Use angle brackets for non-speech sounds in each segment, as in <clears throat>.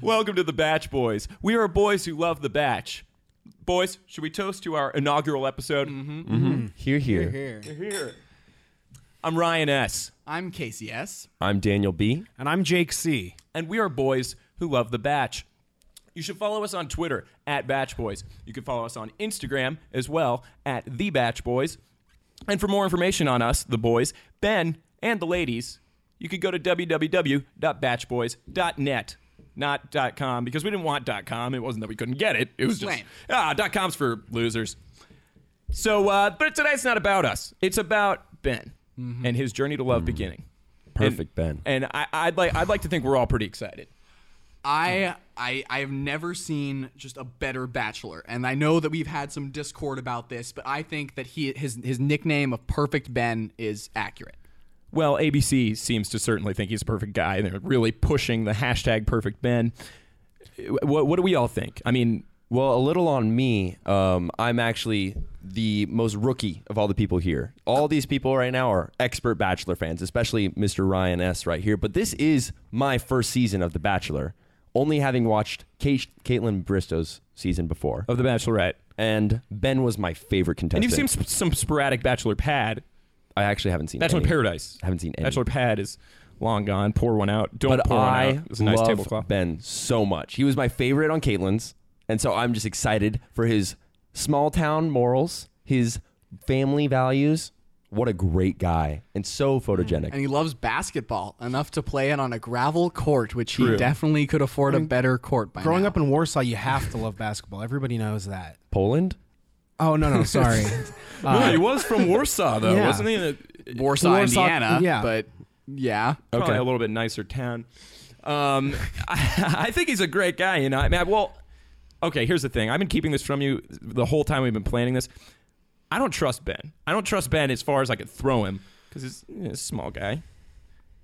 Welcome to the Batch Boys. We are boys who love the Batch. Boys, should we toast to our inaugural episode? Mm-hmm. Here, here. Here. Here. I'm Ryan S. <laughs> I'm Casey S. I'm Daniel B. And I'm Jake C. and we are boys who love the batch. You should follow us on Twitter at Batch Boys. You can follow us on Instagram as well at The Batch Boys. And for more information on us, the boys, Ben, and the ladies, you could go to www.batchboys.net, not dot .com, because we didn't want dot .com. It wasn't that we couldn't get it. It was just, Lame. ah, dot .com's for losers. So, uh, but tonight's not about us. It's about Ben and his journey to love beginning. Mm-hmm. Perfect, Ben. And I, I'd like I'd like to think we're all pretty excited. I I I have never seen just a better bachelor, and I know that we've had some discord about this, but I think that he his his nickname of Perfect Ben is accurate. Well, ABC seems to certainly think he's a perfect guy, and they're really pushing the hashtag perfect Ben. What, what do we all think? I mean, Well, a little on me. Um, I'm actually the most rookie of all the people here. All these people right now are expert Bachelor fans, especially Mr. Ryan S. right here. But this is my first season of The Bachelor, only having watched Kate, Caitlin Bristow's season before. of The Bachelorette. And Ben was my favorite And contestant. you've seen sp- some sporadic Bachelor Pad. I actually haven't seen Bachelor any. Paradise. Haven't seen any. Bachelor Pad is long gone. Pour one out. Don't but pour one I out. It's a nice love tablecloth. Ben so much. He was my favorite on Caitlyn's, and so I'm just excited for his small town morals, his family values. What a great guy and so photogenic. And he loves basketball enough to play it on a gravel court, which he definitely could afford a better court by Growing now. up in Warsaw, you have to love basketball. Everybody knows that. Poland? Oh no, no, sorry. no, he was from Warsaw, though, <laughs> Yeah. wasn't he? Uh, Warsaw, Warsaw- Indiana, yeah. but yeah, Probably a little bit nicer town. Um, <laughs> I, I think he's a great guy. You know, I mean, I- well, okay. Here's the thing. I've been keeping this from you the whole time we've been planning this. I don't trust Ben. I don't trust Ben as far as I could throw him because he's, you know, a small guy.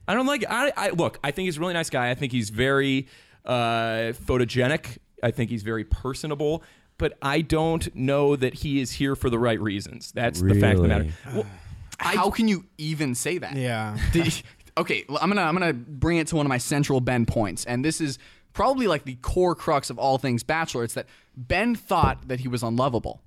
I don't like. I, I look. I think he's a really nice guy. I think he's very uh, photogenic. I think he's very personable. But I don't know that he is here for the right reasons. That's the fact of the matter. Really? Well, how can you even say that? <laughs> yeah. Did- okay, well, I'm gonna I'm gonna bring it to one of my central Ben points, and this is probably like the core crux of all things Bachelor. It's that Ben thought that he was unlovable,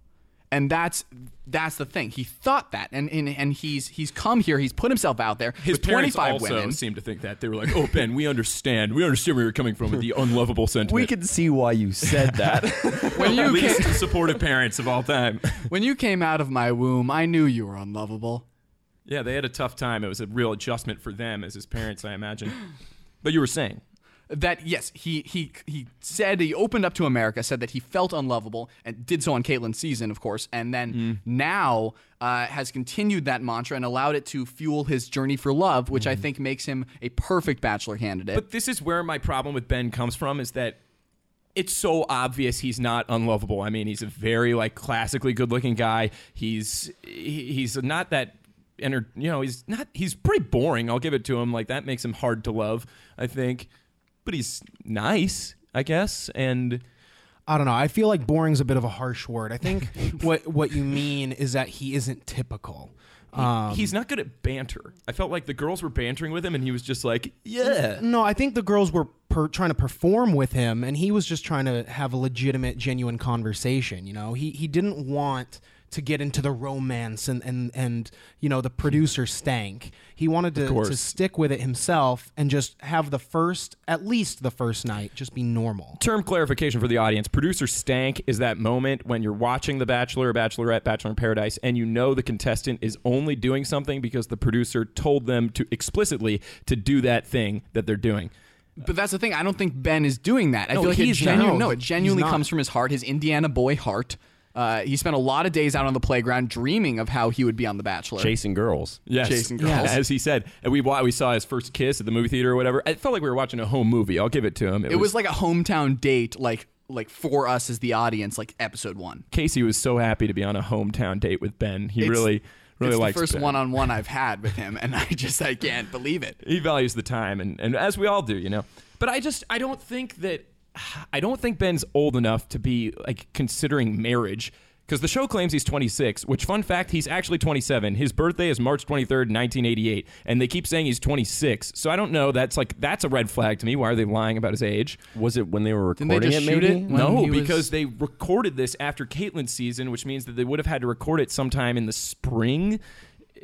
and that's that's the thing. He thought that, and and, and he's he's come here, he's put himself out there His with 25 parents also women. seemed to think that they were like, "Oh, Ben, we understand. We understand where you're coming from with the unlovable sentiment." We can see why you said that. <laughs> <laughs> when you came, least supportive parents of all time. when you came out of my womb, I knew you were unlovable. Yeah, they had a tough time. It was a real adjustment for them as his parents, I imagine. But you were saying that yes, he he he said he opened up to America, said that he felt unlovable and did so on Caitlyn's season, of course, and then now uh, has continued that mantra and allowed it to fuel his journey for love, which I think makes him a perfect bachelor candidate. But this is where my problem with Ben comes from is that it's so obvious he's not unlovable. I mean, he's a very like classically good-looking guy. He's he, he's not that enter, you know, he's not he's pretty boring. I'll give it to him. Like that makes him hard to love, I think. But he's nice, I guess, and <laughs> I don't know. I feel like boring's a bit of a harsh word. I <laughs> think what what you mean is that he isn't typical. Um, he's not good at banter. I felt like the girls were bantering with him and he was just like, "Yeah." no, I think the girls were per, trying to perform with him, and he was just trying to have a legitimate, genuine conversation. You know, he he didn't want to get into the romance and and and you know the producer stank. He wanted to, course. to stick with it himself and just have the first, at least the first night, just be normal. term clarification for the audience producer stank is that moment when you're watching the bachelor or bachelorette bachelor in paradise and you know the contestant is only doing something because the producer told them to explicitly to do that thing that they're doing But that's the thing. I don't think Ben is doing that. I feel like it he's not. genuinely, No, no, it he's genuinely not. comes from his heart, his Indiana boy heart. Uh, he spent a lot of days out on the playground dreaming of how he would be on The Bachelor. Chasing girls. yes Chasing girls. Yes. as he said and we wa- we saw his first kiss at the movie theater or whatever it felt like we were watching a home movie i'll give it to him It was like a hometown date, like like for us as the audience, like episode one. casey was so happy to be on a hometown date with ben he really really it's likes the first Ben. one-on-one I've had with him, and <laughs> I just I can't believe it. he values the time and, and as we all do you know but i just i don't think that i don't think ben's old enough to be like considering marriage Because the show claims he's 26, which, fun fact, he's actually 27. His birthday is March 23rd, 1988, and they keep saying he's 26. So I don't know. That's like that's a red flag to me. Why are they lying about his age? Was it when they were they recording just it? shoot Maybe it? when No, he was- because they recorded this after Caitlyn's season, which means that they would have had to record it sometime in the spring,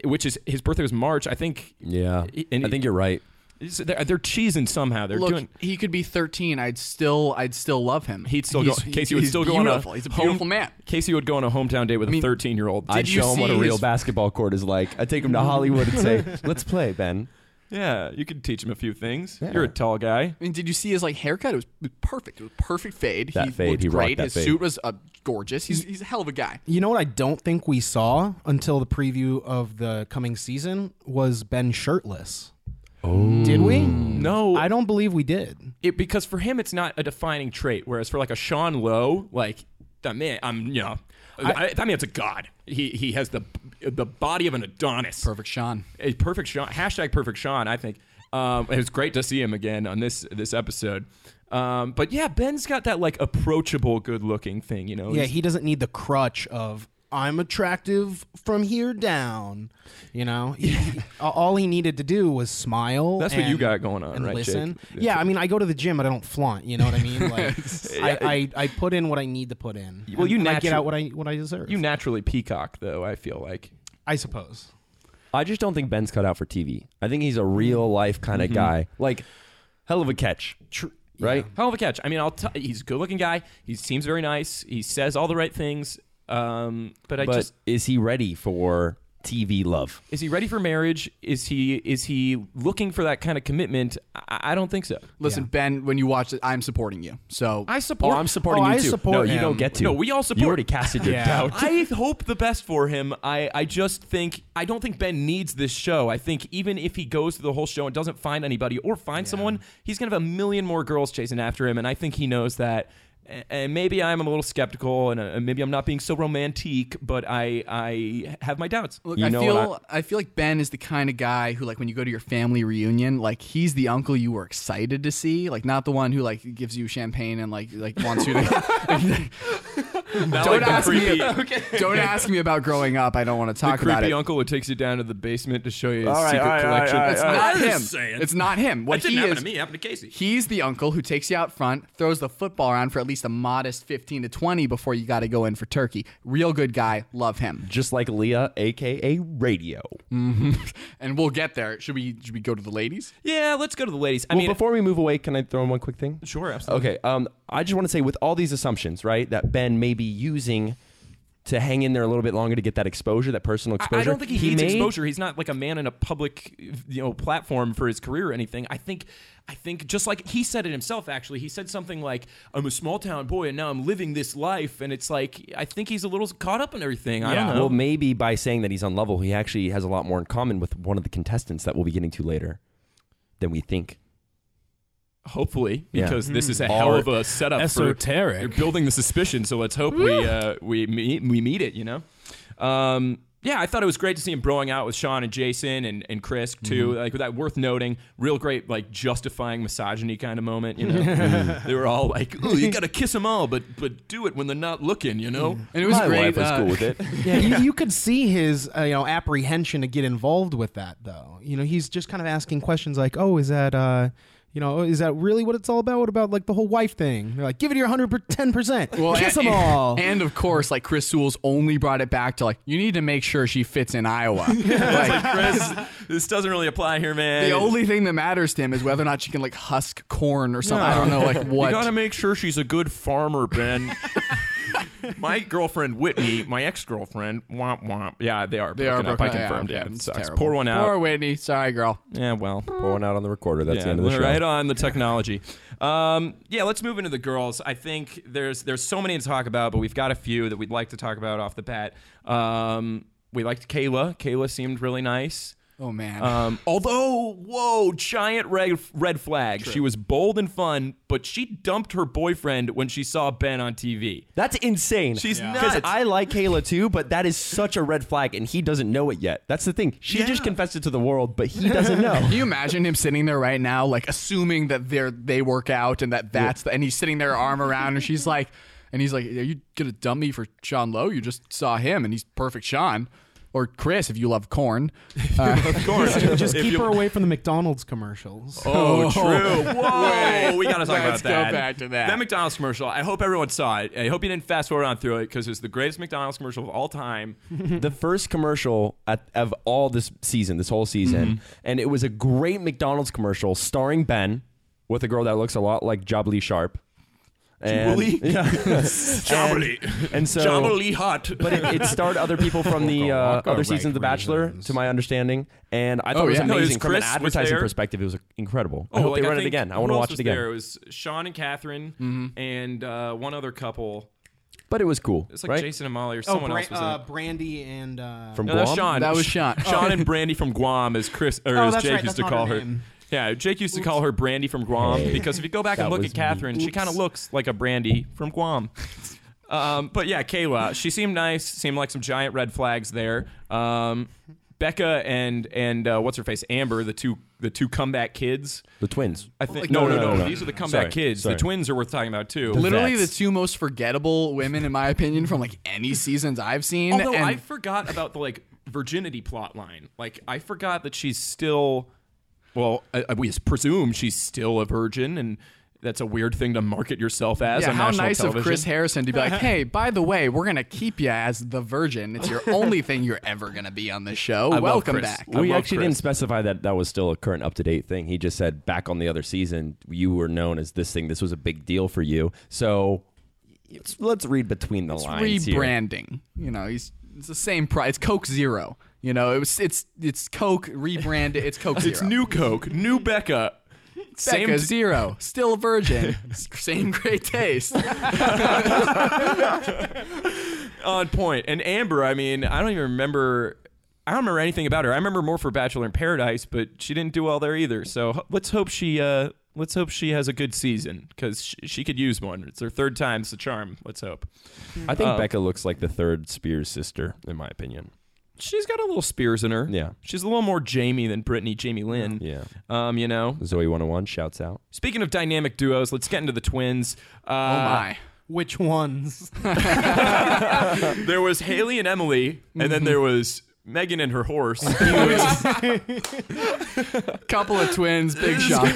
which is his birthday was March. I think. Yeah, And I think you're right. So They're, they're cheesing somehow. They're Look, doing. he could be 13. I'd still, I'd still love him. He'd still he's, go. Casey would he's still go beautiful. on a. He's a beautiful home- man. Casey would go on a hometown date with mean, a 13 year old. did I'd you show him what a see real his- basketball court is like. I'd take <laughs> him to Hollywood and <laughs> say, "Let's play, Ben." Yeah, you could teach him a few things. Yeah. You're a tall guy. I mean, did you see his like haircut? It was perfect. It was perfect fade. That he fade, looked he rocked great. that his fade. suit was uh, gorgeous. He's he's a hell of a guy. You know what I don't think we saw until the preview of the coming season was Ben shirtless. Oh. Did we? No, I don't believe we did. it, because for him it's not a defining trait. Whereas for like a Sean Lowe, like that man, I'm you know, I, that man's a god. He he has the the body of an Adonis. Perfect, Sean. a perfect Sean hashtag perfect Sean. I think um, it was great to see him again on this this episode. Um, but yeah, Ben's got that like approachable, good looking thing. You know, Yeah, He's- he doesn't need the crutch of I'm attractive from here down. You know, He- he- all he needed to do was smile. That's what you and- got going on, and right, Jake? Listen, yeah. I mean, I go to the gym, but I don't flaunt. You know what I <laughs> mean? Like, I, I, I put in what I need to put in. Well, you and I get natu- out what I what I deserve. you naturally peacock though. I feel like I suppose. I just don't think Ben's cut out for TV. I think he's a real life kind of guy. Mm-hmm. Like, hell of a catch, right? Hell of a catch. I mean, I'll. T- he's a good-looking guy. He seems very nice. He says all the right things. Um, but I but just is he ready for TV love? is he ready for marriage? Is he is he looking for that kind of commitment? I, I don't think so. Listen, Ben, when you watch it, I'm supporting you. So I support. supporting Oh, I support no, you him. don't get to. No, we all You support- already casted your Yeah. doubt. I hope the best for him. I, I just think I don't think Ben needs this show. I think even if he goes through the whole show and doesn't find anybody or find someone, he's gonna have a million more girls chasing after him, and I think he knows that. A- And maybe I'm a little skeptical, and uh, maybe I'm not being so romantic, but I I have my doubts. Look, You I know feel what I, feel like Ben is the kind of guy who, like, when you go to your family reunion, like he's the uncle you were excited to see, like not the one who like gives you champagne and like like <laughs> wants you to. <laughs> don't ask me. <laughs> Don't ask me about growing up. I don't want to talk about creepy it. uncle who takes you down to the basement to show you his All right, secret all right, all right, collection. all right, That's all right. not Not him. saying. It's not him. What that didn't he happen is, to me. It happened to Casey. He's the uncle who takes you out front, throws the football around for at least a modest 15 to 20 before you got to go in for turkey. Real good guy. Love him. <laughs> Just like Leah, aka Radio. And we'll get there. Should we should we go to the ladies? Yeah, let's go to the ladies. I well, mean, before we move away, can I throw in one quick thing? sure, absolutely. Okay. Um, I just want to say, with all these assumptions, right, that Ben may be using to hang in there a little bit longer to get that exposure, that personal I- exposure. I don't think he, needs made- exposure. He's not like a man in a public, you know, platform for his career or anything. I think, I think just like he said it himself. Actually, he said something like, "I'm a small town boy, and now I'm living this life." And it's like, I think he's a little caught up in everything. I don't know. Well, maybe by saying that he's on level, he actually has a lot more in common with one of the contestants that we'll be getting to later than we think. Hopefully, Yeah. because this is a hell Or of a setup. esoteric. For, you're building the suspicion, so let's hope we uh, we meet, we meet it. You know. Um, yeah, I thought it was great to see him broing out with Sean and Jason and, and Chris too. Like that, worth noting. Real great, like justifying misogyny kind of moment. You know, they were all like, "Ooh, you gotta kiss them all, but but do it when they're not looking." You know. And it was My great. wife was uh, cool with it. <laughs> Yeah, you, you could see his uh, you know apprehension to get involved with that though. You know, he's just kind of asking questions like, "Oh, is that uh, you know, is that really what it's all about? What about like the whole wife thing?" They're like, "Give it your hundred ten percent, kiss and- them all." And of course, like Chris Sewell's only brought it back to like you need to make sure she fits in <laughs> Iowa. like, Chris, this doesn't really apply here, man. the only thing that matters to him is whether or not she can like husk corn or something. I don't know, like <laughs> what. You gotta make sure she's a good farmer, Ben. my girlfriend Whitney, my ex girlfriend, womp womp. Yeah, they are. they are broken up. broken- I yeah, confirmed. Yeah, it's it sucks. terrible. Pour one out. Poor Whitney. Sorry, girl. yeah, well. Pouring out on the recorder. That's the Yeah, end of the we're show. right on the technology. Um, yeah, let's move into the girls. I think there's there's so many to talk about, but we've got a few that we'd like to talk about off the bat. Um, we liked Kayla. Kayla seemed really nice. Oh man. Um, although, whoa, giant red, red flag. She was bold and fun, but she dumped her boyfriend when she saw Ben on TV. That's insane. She's Yeah. Because nuts. I like Kayla too, but that is such a red flag, and he doesn't know it yet. That's the thing. She just confessed it to the world, but he <laughs> doesn't know. Can you imagine him sitting there right now, like assuming that they're they work out and that that's the, and he's sitting there arm around and she's like, And he's like, Are you going to dump me for Sean Lowe? You just saw him, and he's perfect Sean. Or Chris, if you <laughs> love corn. Of <laughs> course. <laughs> Just If keep you- her away from the McDonald's commercials. Oh, true. Whoa, we gotta talk Let's about that. go back to that. That McDonald's commercial. I hope everyone saw it. I hope you didn't fast forward on through it because it's the greatest McDonald's commercial of all <laughs> time. the first commercial at, of all this season, this whole season, Mm-hmm. and it was a great McDonald's commercial starring Ben with a girl that looks a lot like Job Lee Sharp. And, Jubilee? Yeah. Jubilee. and so Jubilee hot. but it, it starred other people from the uh, Waka other seasons of The Bachelor, Reasons. to my understanding, and I thought Oh, it was yeah. No, it was amazing from an Chris was advertising there. perspective. It was incredible. I Oh, hope like, they run it think- again. I who want to else watch was it again. There? It was Sean and Catherine and uh, one other couple. But it was cool. It's like right? Oh, Jason and Molly or someone Bra- else was in uh, it. Brandy and uh, From No, that's Guam? Sean. That was Sh- Sean. Oh. Sean and Brandy from Guam, as Chris or Oh, as that's Jake right. used That's to not call her. her name. Yeah, Jake used to call her Brandy from Guam because if you go back and That look was at Catherine, she Oops. kind of looks like a Brandy from Guam. Um, but yeah, Kayla, she seemed nice. Seemed like some giant red flags there. Um, Becca and and uh, what's her face, Amber, the two the two comeback kids. The twins. I think Like, no, no, no, no, no, no, no. These are the comeback Sorry, kids. sorry. The twins are worth talking about too. Literally Vets. the two most forgettable women, in my opinion, from like any seasons I've seen. Although and I forgot about the like virginity plot line. Like I forgot that she's still. Well, I, I- we presume she's still a virgin, and that's a weird thing to market yourself as. yeah, on how national nice television. of Chris Harrison to be <laughs> like, hey, by the way, we're gonna keep you as the virgin. It's your only thing you're ever gonna be on the show. love Welcome Chris. back. I we love actually Chris. didn't specify that that was still a current up to date thing. He just said back on the other season, you were known as this thing. This was a big deal for you. So it's- let's read between the lines here. Rebranding. You know, he's it's the same price. It's Coke Zero. You know, it was it's it's Coke rebranded. It's Coke <laughs> Zero. It's new Coke, new Becca. Becca same Zero, still virgin, <laughs> same great taste. Uh, on point. And Amber, I mean, I don't even remember. I don't remember anything about her. I remember more for Bachelor in Paradise, but she didn't do well there either. So h- let's hope she uh, let's hope she has a good season because she, she could use one. It's her third time's the charm. Let's hope. I think Oh. Becca looks like the third Spears sister, in my opinion. she's got a little spears in her. Yeah. She's a little more Jamie than Brittany Jamie Lynn. Yeah. Um, you know. Zoe 101 shouts out. Speaking of dynamic duos, let's get into the twins. Uh, oh my. which <laughs> ones? There was Haley and Emily, and Mm-hmm. then there was Megan and her <laughs> horse. Couple of twins, big shocker.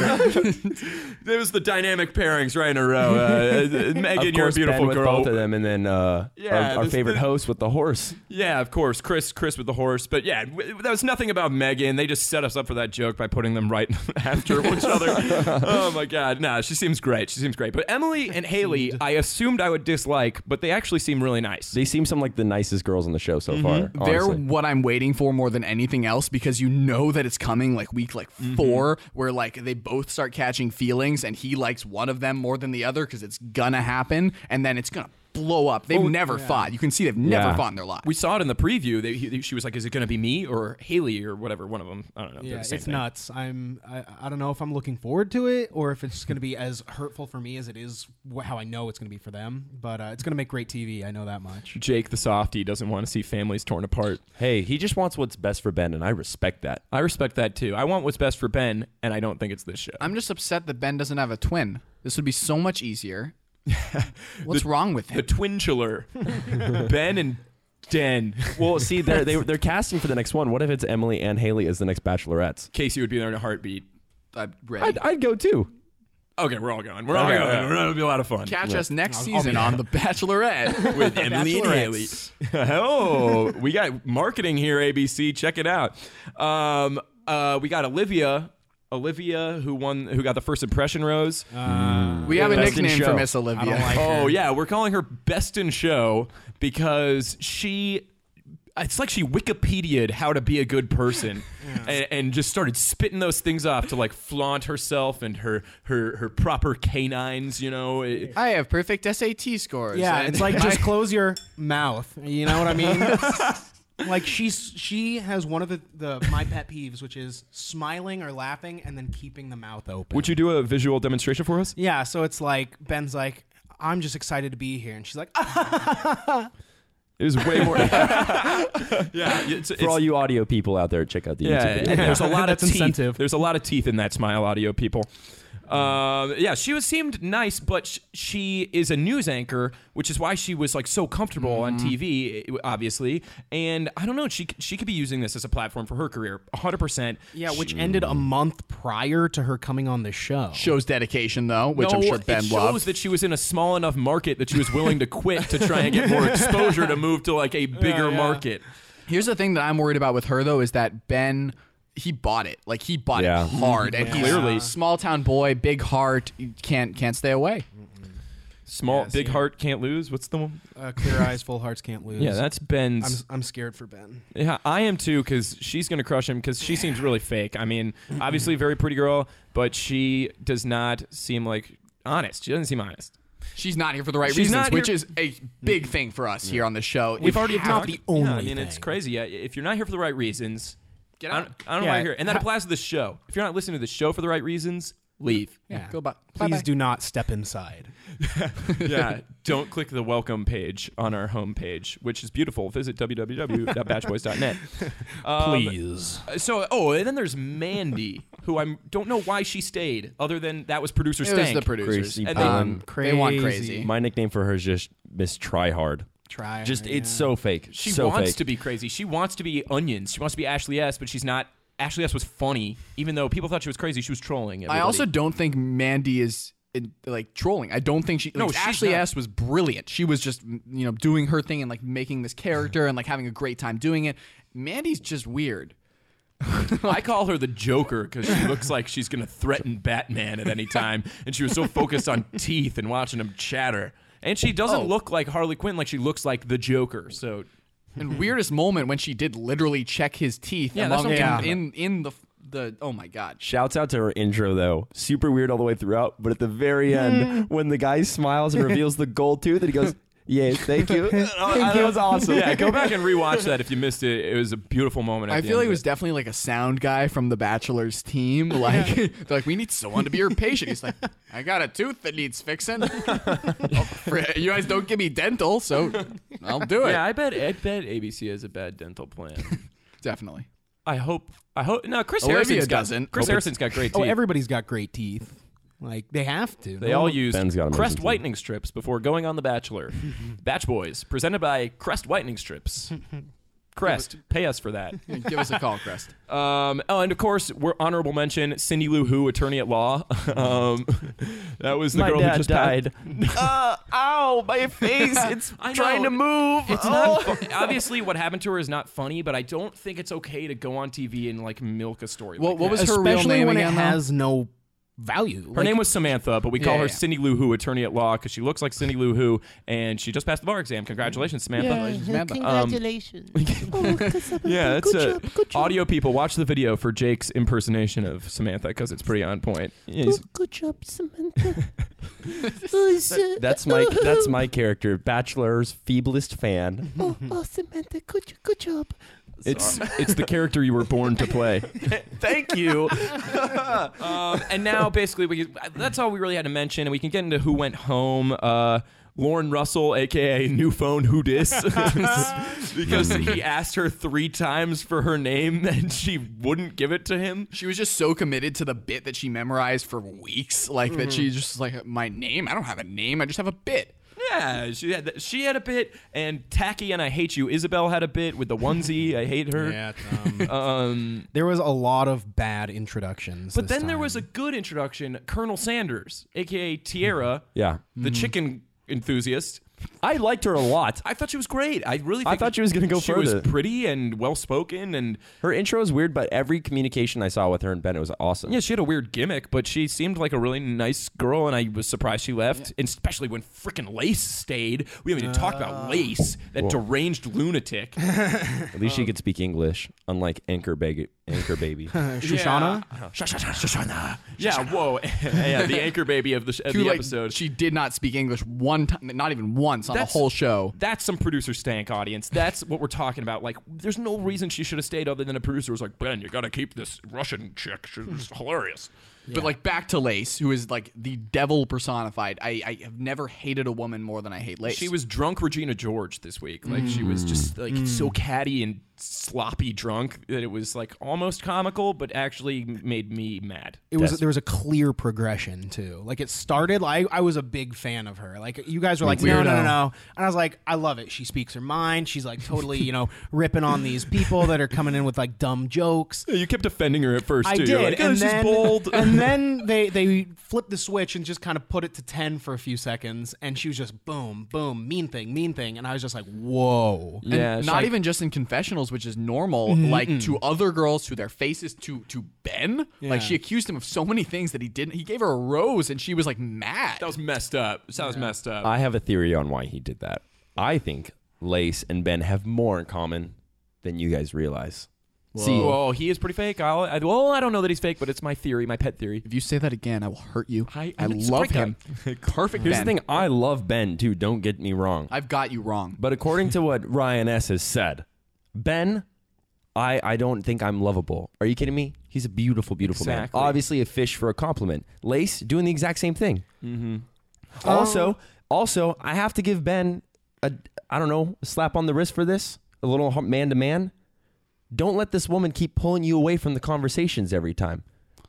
there was the dynamic pairings right in a row. Uh, uh, <laughs> Megan, of you're a course, beautiful ben with girl. both of them, and then uh, Yeah, our, our this- favorite this- host with the horse. Yeah, of course, Chris, Chris with the horse. But yeah, w- that was nothing about Megan. They just set us up for that joke by putting them right <laughs> after each other. <laughs> oh my god, nah, she seems great. She seems great. But Emily and Haley, I assumed I would dislike, but they actually seem really nice. They seem some like the nicest girls on the show Mm-hmm. so far. They're honestly. what I'm waiting for more than anything else because you know that it's coming like week like four where like they both start catching feelings and he likes one of them more than the other because it's gonna happen and then it's gonna blow up. They've never fought. You can see they've never Yeah. fought in their lives. we saw it in the preview. They, he, she was like, "Is it going to be me or Haley or whatever? One of them. I don't know. They're Yeah, the it's same thing. nuts. I'm. I, I don't know if I'm looking forward to it or if it's just going to be as hurtful for me as it is wh- how I know it's going to be for them. But uh, it's going to make great TV. I know that much. Jake the softy doesn't want to see families torn apart. hey, he just wants what's best for Ben, and I respect that. I respect that too. I want what's best for Ben, and I don't think it's this show. I'm just upset that Ben doesn't have a twin. This would be so much easier. What's wrong with the him? twin chiller, <laughs> Ben and Den. Well, see, they're they, they're casting for the next one. What if it's Emily and Haley as the next Bachelorettes? Casey would be there in a heartbeat. I'm Uh, ready. I'd, I'd go too. Okay, we're all going. We're all Okay, going. yeah. We're gonna be a lot of fun Catch us next I'll- I'll be season on The Bachelorette. <laughs> with Emily and Haley. <laughs> oh, we got marketing here, ABC. Check it out. Um, uh, we got Olivia, Olivia who won, who got the first impression rose. We have a Best in nickname for show. Miss Olivia. Oh yeah, we're calling her Best in Show because she. It's like she Wikipedia'd how to be a good <laughs> person, and, and just started spitting those things off to like flaunt herself and her her her proper canines. You know, It- <laughs> I have perfect SAT scores. Yeah, And it's like I- just close your mouth. You know what I mean? like she's she has one of the, the my pet peeves, which is smiling or laughing and then keeping the mouth open. Would you do a visual demonstration for us? yeah, so it's like Ben's like, I'm just excited to be here, and she's like, "Ah!" It was way more. <laughs> yeah, it's, For all you audio people out there, check out the yeah, YouTube video. there's a lot of That's teeth. incentive. There's a lot of teeth in that smile, audio people. Um, yeah, she was seemed nice, but sh- she is a news anchor, which is why she was like so comfortable on TV, i- obviously. And I don't know, she c- she could be using this as a platform for her career, 100. percent Yeah, which ended a month prior to her coming on the show. Shows dedication though, which no, I'm sure it Ben shows loved. that she was in a small enough market that she was willing to quit to try and get <laughs> more exposure to move to like a bigger market. Here's the thing that I'm worried about with her though is that Ben he bought it. Like he bought Yeah. it hard and he's Clearly. clearly small town boy, big heart, you can't can't stay away. Small, big see. heart can't lose. What's the one? Uh, clear eyes, full hearts can't lose. Yeah, that's Ben's. I'm I'm scared for Ben. Yeah, I am too, because she's gonna crush him. Because she seems really fake. I <clears throat> mean, obviously very pretty girl, but she does not seem like honest. She doesn't seem honest. She's not here for the right She's reasons, not here- which is a big thing for us here on the show. We've If already half talked. the- only yeah, I mean, it's thing. crazy. Yeah, if you're not here for the right reasons, Get I out. don't, I don't know why you're here, and that applies to the show. If you're not listening to the show for the right reasons, leave. <laughs> Yeah, go bu- Please bye-bye. do not step inside. <laughs> yeah, don't click the welcome page on our homepage, which is beautiful. Visit www.batchboys.net. Um, Please. So, oh, and then there's <laughs> Mandy, who I don't know why she stayed, other than that was producer It was Stank. the producers. Crazy And they- Um, They want Crazy. crazy. My nickname for her is just Miss Tryhard. Try. Just it's so fake. she so wants fake. to be crazy. She wants to be onions. She wants to be Ashley S, but she's not. Ashley S was funny, even though people thought she was crazy. She was trolling. Everybody. I also don't think Mandy is in, like trolling. I don't think she. No, like, she's Ashley not. S was brilliant. She was just m- you know doing her thing and like making this character and like having a great time doing it. Mandy's just weird. I call her the Joker because she looks like she's gonna threaten Batman at any <laughs> time, and she was so focused on teeth and watching him chatter. And she doesn't Oh. look like Harley Quinn; like she looks like the Joker. <laughs> So And weirdest moment when she did literally check his teeth Hmm. Yeah, that's among what I'm him talking in in the the oh my god. Shouts out to her intro though. Super weird all the way throughout, but at the very end, when the guy smiles and reveals the gold tooth, and he goes, "Yes, thank you." Oh, that was <laughs> awesome. yeah, go back and rewatch that if you missed it. It was a beautiful moment. At I the feel end like it of was definitely like a sound guy from the Bachelor's team. Like, <laughs> they're like we need someone to be your patient. <laughs> He's like, I got a tooth that needs fixing. Oh, fr- you guys don't give me dental, so I'll do it. Yeah, I bet. I bet ABC has a bad dental plan. Definitely. <laughs> I hope. I hope. No, Chris Olivia Harrison's got- doesn't. Chris Hope Harrison's got great teeth. Oh, everybody's got great teeth. Like they have to. they all used Ben's got amazing Crest teeth. whitening strips before going on The Bachelor. Batch Boys, presented by Crest whitening strips. Crest, pay us for that. <laughs> Give us a call, Crest. Um, oh, and of course, we're honorable mention Cindy Lou Who, attorney at law. <laughs> um, that was the My girl dad who just died. <laughs> uh, ow, my face! <laughs> It's trying to move. It's not fu- obviously what happened to her is not funny, but I don't think it's okay to go on TV and like milk a story. What- like what that. was her real especially name when again, it though? has no value. Her name was Samantha, but we call Yeah, her yeah. Cindy Lou Who, attorney at law, because she looks like Cindy Lou Who, and she just passed the bar exam. Congratulations, Samantha. Samantha. um, Congratulations. <laughs> Oh, Yeah, that's uh, a audio people watch the video for Jake's impersonation of Samantha because it's pretty on point. Yeah, he's- good job, <laughs> Samantha. oh, so- That's my oh, <laughs> that's my character, Bachelor's feeblest fan. Oh, oh, Samantha, good, jo- good job. it's it's the character you were born to <laughs> play. <laughs> Thank you. um, and now basically we that's all we really had to mention and we can get into who went home uh Lauren Russell, aka New Phone Who Dis, <laughs> because he asked her three times for her name <laughs> and she wouldn't give it to him. She was just so committed to the bit that she memorized for weeks, like that she just was like, my name? I don't have a name. I just have a bit. Yeah, she had that she had a bit, and tacky and I hate you. Isabel had a bit with the onesie. I hate her. Yeah, um, Um, there was a lot of bad introductions. but then there was a good introduction, Colonel Sanders, aka Tierra, Yeah, the chicken enthusiast. I liked her a lot. I thought she was great. I really. I Think thought she was gonna go she further. was pretty and well spoken, and Her intro is weird, but every communication I saw with her and Ben, it was awesome. yeah, she had a weird gimmick, but she seemed like a really nice girl, and I was surprised she left, and especially when frickin' Lace stayed. We haven't even talked about Lace, that deranged lunatic. At least she could speak English, unlike Anchor Baby. Anchor Baby. Shoshana. Yeah. Shoshana. Shoshana. Yeah, whoa. <laughs> yeah, the anchor baby of the, sh- of Who, the like, episode. She did not speak English one time, not even once on That's- the whole show. that's some producer stank audience. That's what we're talking about. Like, there's no reason she should have stayed other than a producer was like, Ben, you got to keep this Russian chick. She's hilarious. But like back to Lace, who is like the devil personified. I, I have never hated a woman more than I hate Lace. She was drunk Regina George this week. Like she was just like so catty and sloppy drunk that it was like almost comical, but actually made me mad. it was there was a clear progression too. Like it started like I was a big fan of her. Like you guys were like no no no weirdo. no, and I was like I love it. She speaks her mind. She's like totally you know <laughs> ripping on these people that are coming in with like dumb jokes. You kept defending her at first I too. did, You're like, oh, and she's then bold. and then they they flipped the switch and just kind of put it to ten for a few seconds, and she was just boom boom mean thing mean thing, and I was just like whoa. And yeah, it's not like- even just in confessionals, which is normal. Like to other girls, to their faces, to to Ben. Like she accused him of so many things that he didn't. He gave her a rose, and she was like <laughs> mad. That was messed up. That was messed up. I have a theory on why he did that. I think Lace and Ben have more in common than you guys realize. See, Whoa, he is pretty fake. I'll, I, well, I don't know that he's fake, but it's my theory, my pet theory. if you say that again, I will hurt you. I- I like love straight him. Perfect. here's Ben. the thing. I love Ben too. Don't get me wrong. I've got you wrong. <laughs> But according to what Ryan S has said, Ben, I, I don't think I'm lovable. Are you kidding me? He's a beautiful, beautiful Exactly. man. Obviously, a fish for a compliment. Lace doing the exact same thing. Mm-hmm. Also, also, I have to give Ben a I don't know a slap on the wrist for this. A little man to man. Don't let this woman keep pulling you away from the conversations every time.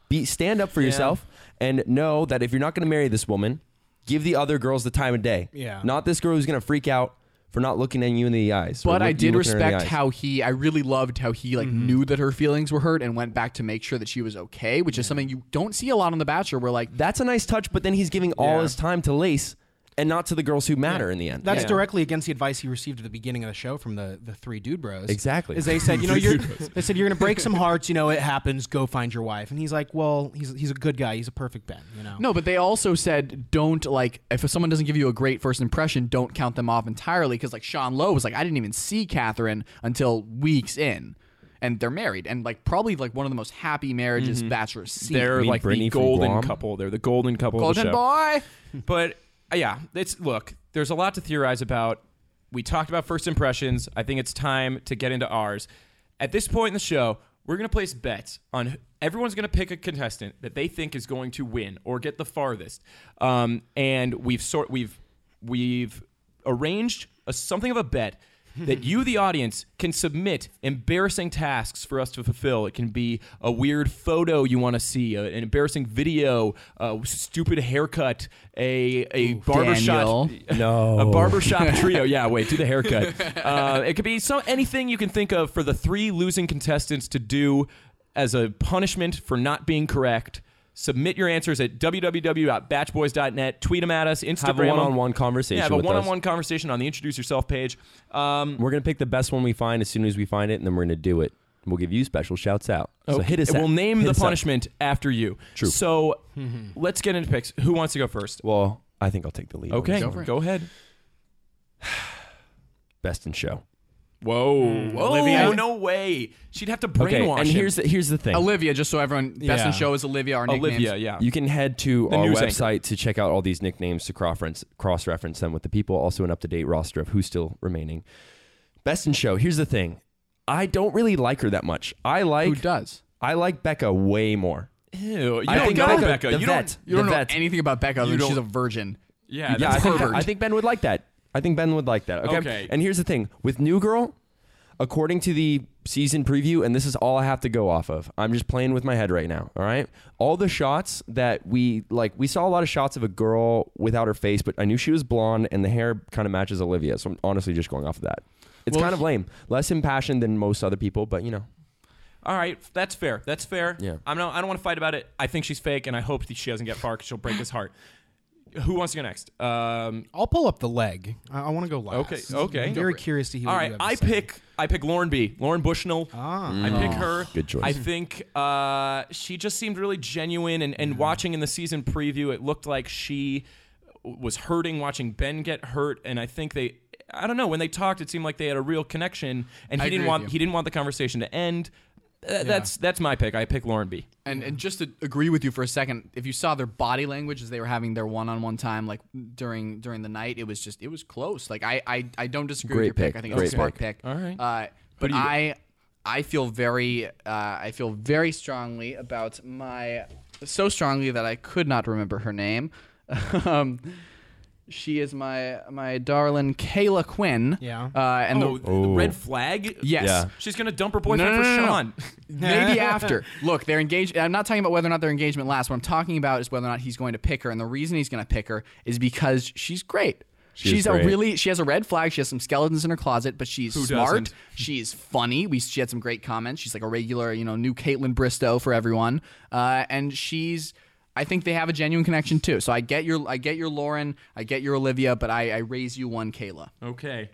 Be stand up for yourself and know that if you're not going to marry this woman, give the other girls the time of day. Yeah. Not this girl who's going to freak out for not looking at you in the eyes. or But look- I you did looking her in the respect eyes. how he. I really loved how he like knew that her feelings were hurt and went back to make sure that she was okay, which is something you don't see a lot on The Bachelor. Where like That's a nice touch, but then he's giving all Yeah. his time to Lace and not to the girls who matter in the end. That's Yeah. directly against the advice he received at the beginning of the show from the, the three dude bros. Exactly. Is they said, <laughs> you know, you're they said you're gonna break some hearts. You know, it happens. Go find your wife. And he's like, well, he's he's a good guy. He's a perfect Ben. You know. No, but they also said don't like if someone doesn't give you a great first impression, don't count them off entirely because like Sean Lowe was like I didn't even see Catherine until weeks in, and they're married and like probably like one of the most happy marriages Bachelor's seen. They're mean like the Brittany from golden Guam? couple. They're the golden couple of the golden show. boy. <laughs> But uh, yeah, it's look. There's a lot to theorize about. We talked about first impressions. I think it's time to get into ours. At this point in the show, we're gonna place bets on everyone's gonna pick a contestant that they think is going to win or get the farthest. Um, and we've sort we've we've arranged a, something of a <laughs> bet that you, the audience, can submit embarrassing tasks for us to fulfill. It can be a weird photo you want to see, a- an embarrassing video, a stupid haircut, a a barbershop, Daniel. <laughs> No. a <laughs> barbershop trio. Yeah, wait, do the haircut. Uh, it could be so anything you can think of for the three losing contestants to do as a punishment for not being correct. Submit your answers at www.batchboys.net. Tweet them at us. Instagram Have a 'em. one-on-one conversation Yeah, have a with us. one-on-one conversation on the introduce yourself page. Um, We're going to pick the best one we find as soon as we find it, and then we're going to do it. We'll give you special shouts out. So Okay. hit us And up. We'll name Hit the us up. punishment after you. True. So let's get into picks. Who wants to go first? Well, I think I'll take the lead. on Okay, this go, one. ahead. Best in show. Whoa, whoa, Olivia? Oh, no way. She'd have to Okay, brainwash and him. here's the, here's the thing. Olivia, just so everyone, best Yeah. in show is Olivia. Our Olivia. nicknames. Yeah, You can head to The our news website to check out all these nicknames to cross-reference, cross-reference them with the people. Also, an up-to-date roster of who's still remaining. Best in show. Here's the thing. I don't really like her that much. I like Who does? I like Becca way more. Ew, you I don't think know Becca- Becca. the You vet. don't. You don't The know vet. anything about Becca. Other You than she's a don't- virgin. Yeah, Yeah, I that's think, pervert. I think Ben would like that. I think Ben would like that. Okay? Okay. And here's the thing with New Girl, according to the season preview, and this is all I have to go off of. I'm just playing with my head right now. All right. All the shots that we like, we saw a lot of shots of a girl without her face, but I knew she was blonde and the hair kind of matches Olivia. So I'm honestly just going off of that. It's kind of lame. Less impassioned than most other people, but you know. All right, that's fair. That's fair. Yeah. I'm not, I don't want to fight about it. I think she's fake, and I hope that she doesn't get far because she'll break his heart. Who wants to go next? Um, I'll pull up the leg. I, I want to go last. Okay, okay. I'm Go for very curious to hear. all what right, you have to I say. pick. I pick Lauren B. Lauren Bushnell. Ah. I pick her. Oh, Good choice. I think uh, she just seemed really genuine, and, and watching in the season preview, it looked like she was hurting watching Ben get hurt, and I think they. I don't know. When they talked, it seemed like they had a real connection, and he I didn't agree with want you. he didn't want the conversation to end. Th- That's that's my pick. I pick Lauren B. And and just to agree with you for a second, if you saw their body language as they were having their one on one time, like during during the night, it was just it was close. Like I I, I don't disagree Great with your pick. pick. I think it's a Great smart pick. pick. All right. Uh, but do you- I I feel very uh, I feel very strongly about my so strongly that I could not remember her name. <laughs> um, she is my my darling Kayla Quinn. Yeah. Uh, and oh, the, the red flag. yes. Yeah. she's gonna dump her boyfriend No, for no, no, no, no. <laughs> Sean. Maybe after. Look, their engagement. I'm not talking about whether or not their engagement lasts. What I'm talking about is whether or not he's going to pick her. And the reason he's going to pick her is because she's great. is she's great. a really. She has a red flag. She has some skeletons in her closet, but she's smart. doesn't? She's funny. We she had some great comments. She's like a regular, you know, new Caitlyn Bristow for everyone. Uh, and she's. I think they have a genuine connection too. So I get your, I get your Lauren, I get your Olivia, but I, I raise you one Kayla. Okay,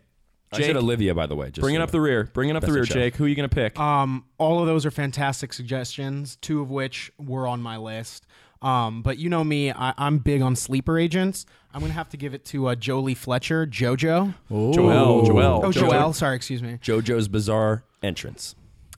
I Jake, said Olivia, by the way. Just bringing so up you the rear. Bringing up the Best rear, in show. Jake. Who are you gonna pick? Um, all of those are fantastic suggestions, two of which were on my list. Um, but you know me, I, I'm big on sleeper agents. I'm going to have to give it to uh, Jolie Fletcher, JoJo. Oh, Joel. Joel. oh Joel. Joelle, sorry, excuse me. know. JoJo's bizarre entrance.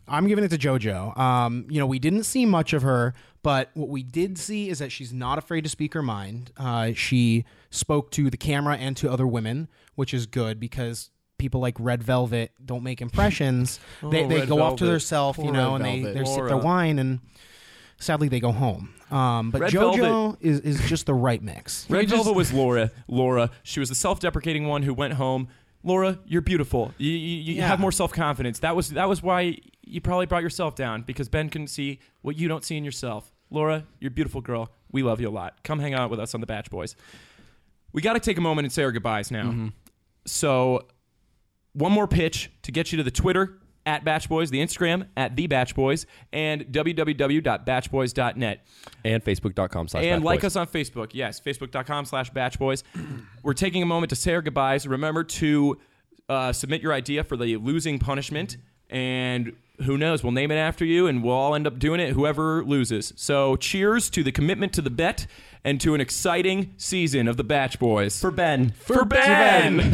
I'm giving it to JoJo. Um, you know, we didn't see much of her, but what we did see is that she's not afraid to speak her mind. Uh, she spoke to the camera and to other women, which is good because people like Red Velvet don't make <laughs> impressions. they they Oh, Red go off to Velvet. themselves, you Poor know, Red and they Velvet. they sip Laura. their wine and. Sadly, they go home. Um, but Red JoJo Velvet. is, is just the right mix. Red Velvet was Laura. Laura. She was the self-deprecating one who went home. Laura, you're beautiful. You, you, you Yeah. have more self-confidence. That was that was why you probably brought yourself down because Ben couldn't see what you don't see in yourself. Laura, you're a beautiful girl. We love you a lot. Come hang out with us on the Batch Boys. We got to take a moment and say our goodbyes now. So, one more pitch to get you to the Twitter at Batch Boys, the Instagram at the Batch Boys, and www.batchboys.net And Facebook.com slash and Bad like Boys. us on facebook yes facebook.com slash batch boys <clears throat> we're taking a moment to say our goodbyes remember to uh, submit your idea for the losing punishment and who knows we'll name it after you and we'll all end up doing it whoever loses so cheers to the commitment to the bet and to an exciting season of the batch boys for Ben. for ben.